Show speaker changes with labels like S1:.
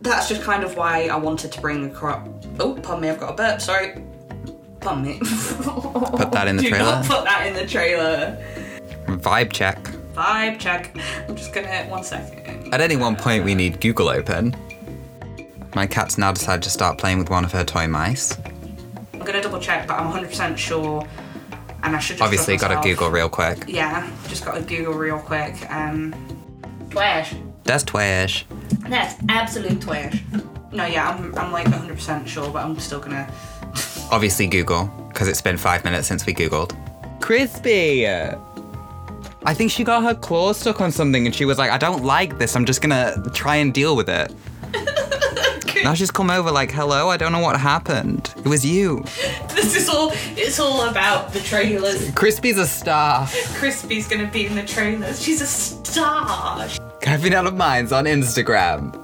S1: that's just kind of why I wanted to bring the crop. Oh, pardon me, I've got a burp. Sorry, pardon me.
S2: Put that in the
S1: Do
S2: trailer.
S1: not put that in the trailer.
S2: Vibe check.
S1: Vibe check. I'm just gonna one second.
S2: At any one point, we need Google open. My cat's now decided to start playing with one of her toy mice.
S1: I'm gonna double check, but I'm 100 percent sure. And I should just
S2: Obviously,
S1: got
S2: gotta Google real quick.
S1: Yeah, just got to Google real quick. Um, Twash.
S2: That's Twish.
S1: That's absolute twash. No, yeah, I'm, I'm like 100% sure, but I'm still gonna.
S2: Obviously, Google, because it's been five minutes since we Googled. Crispy! I think she got her claw stuck on something and she was like, I don't like this, I'm just gonna try and deal with it. now she's come over like, hello, I don't know what happened. It was you.
S1: This is all. It's all about the trailers.
S2: Crispy's a star.
S1: Crispy's gonna be in the trailers. She's a star.
S2: Caffeine Out of Minds on Instagram.